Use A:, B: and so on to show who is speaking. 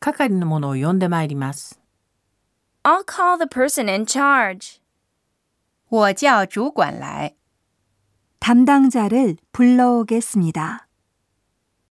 A: 係の者を呼んでまいります。
B: I'll call the person in charge.
C: 我叫主管来。
D: 담당자를 불러오겠습니다.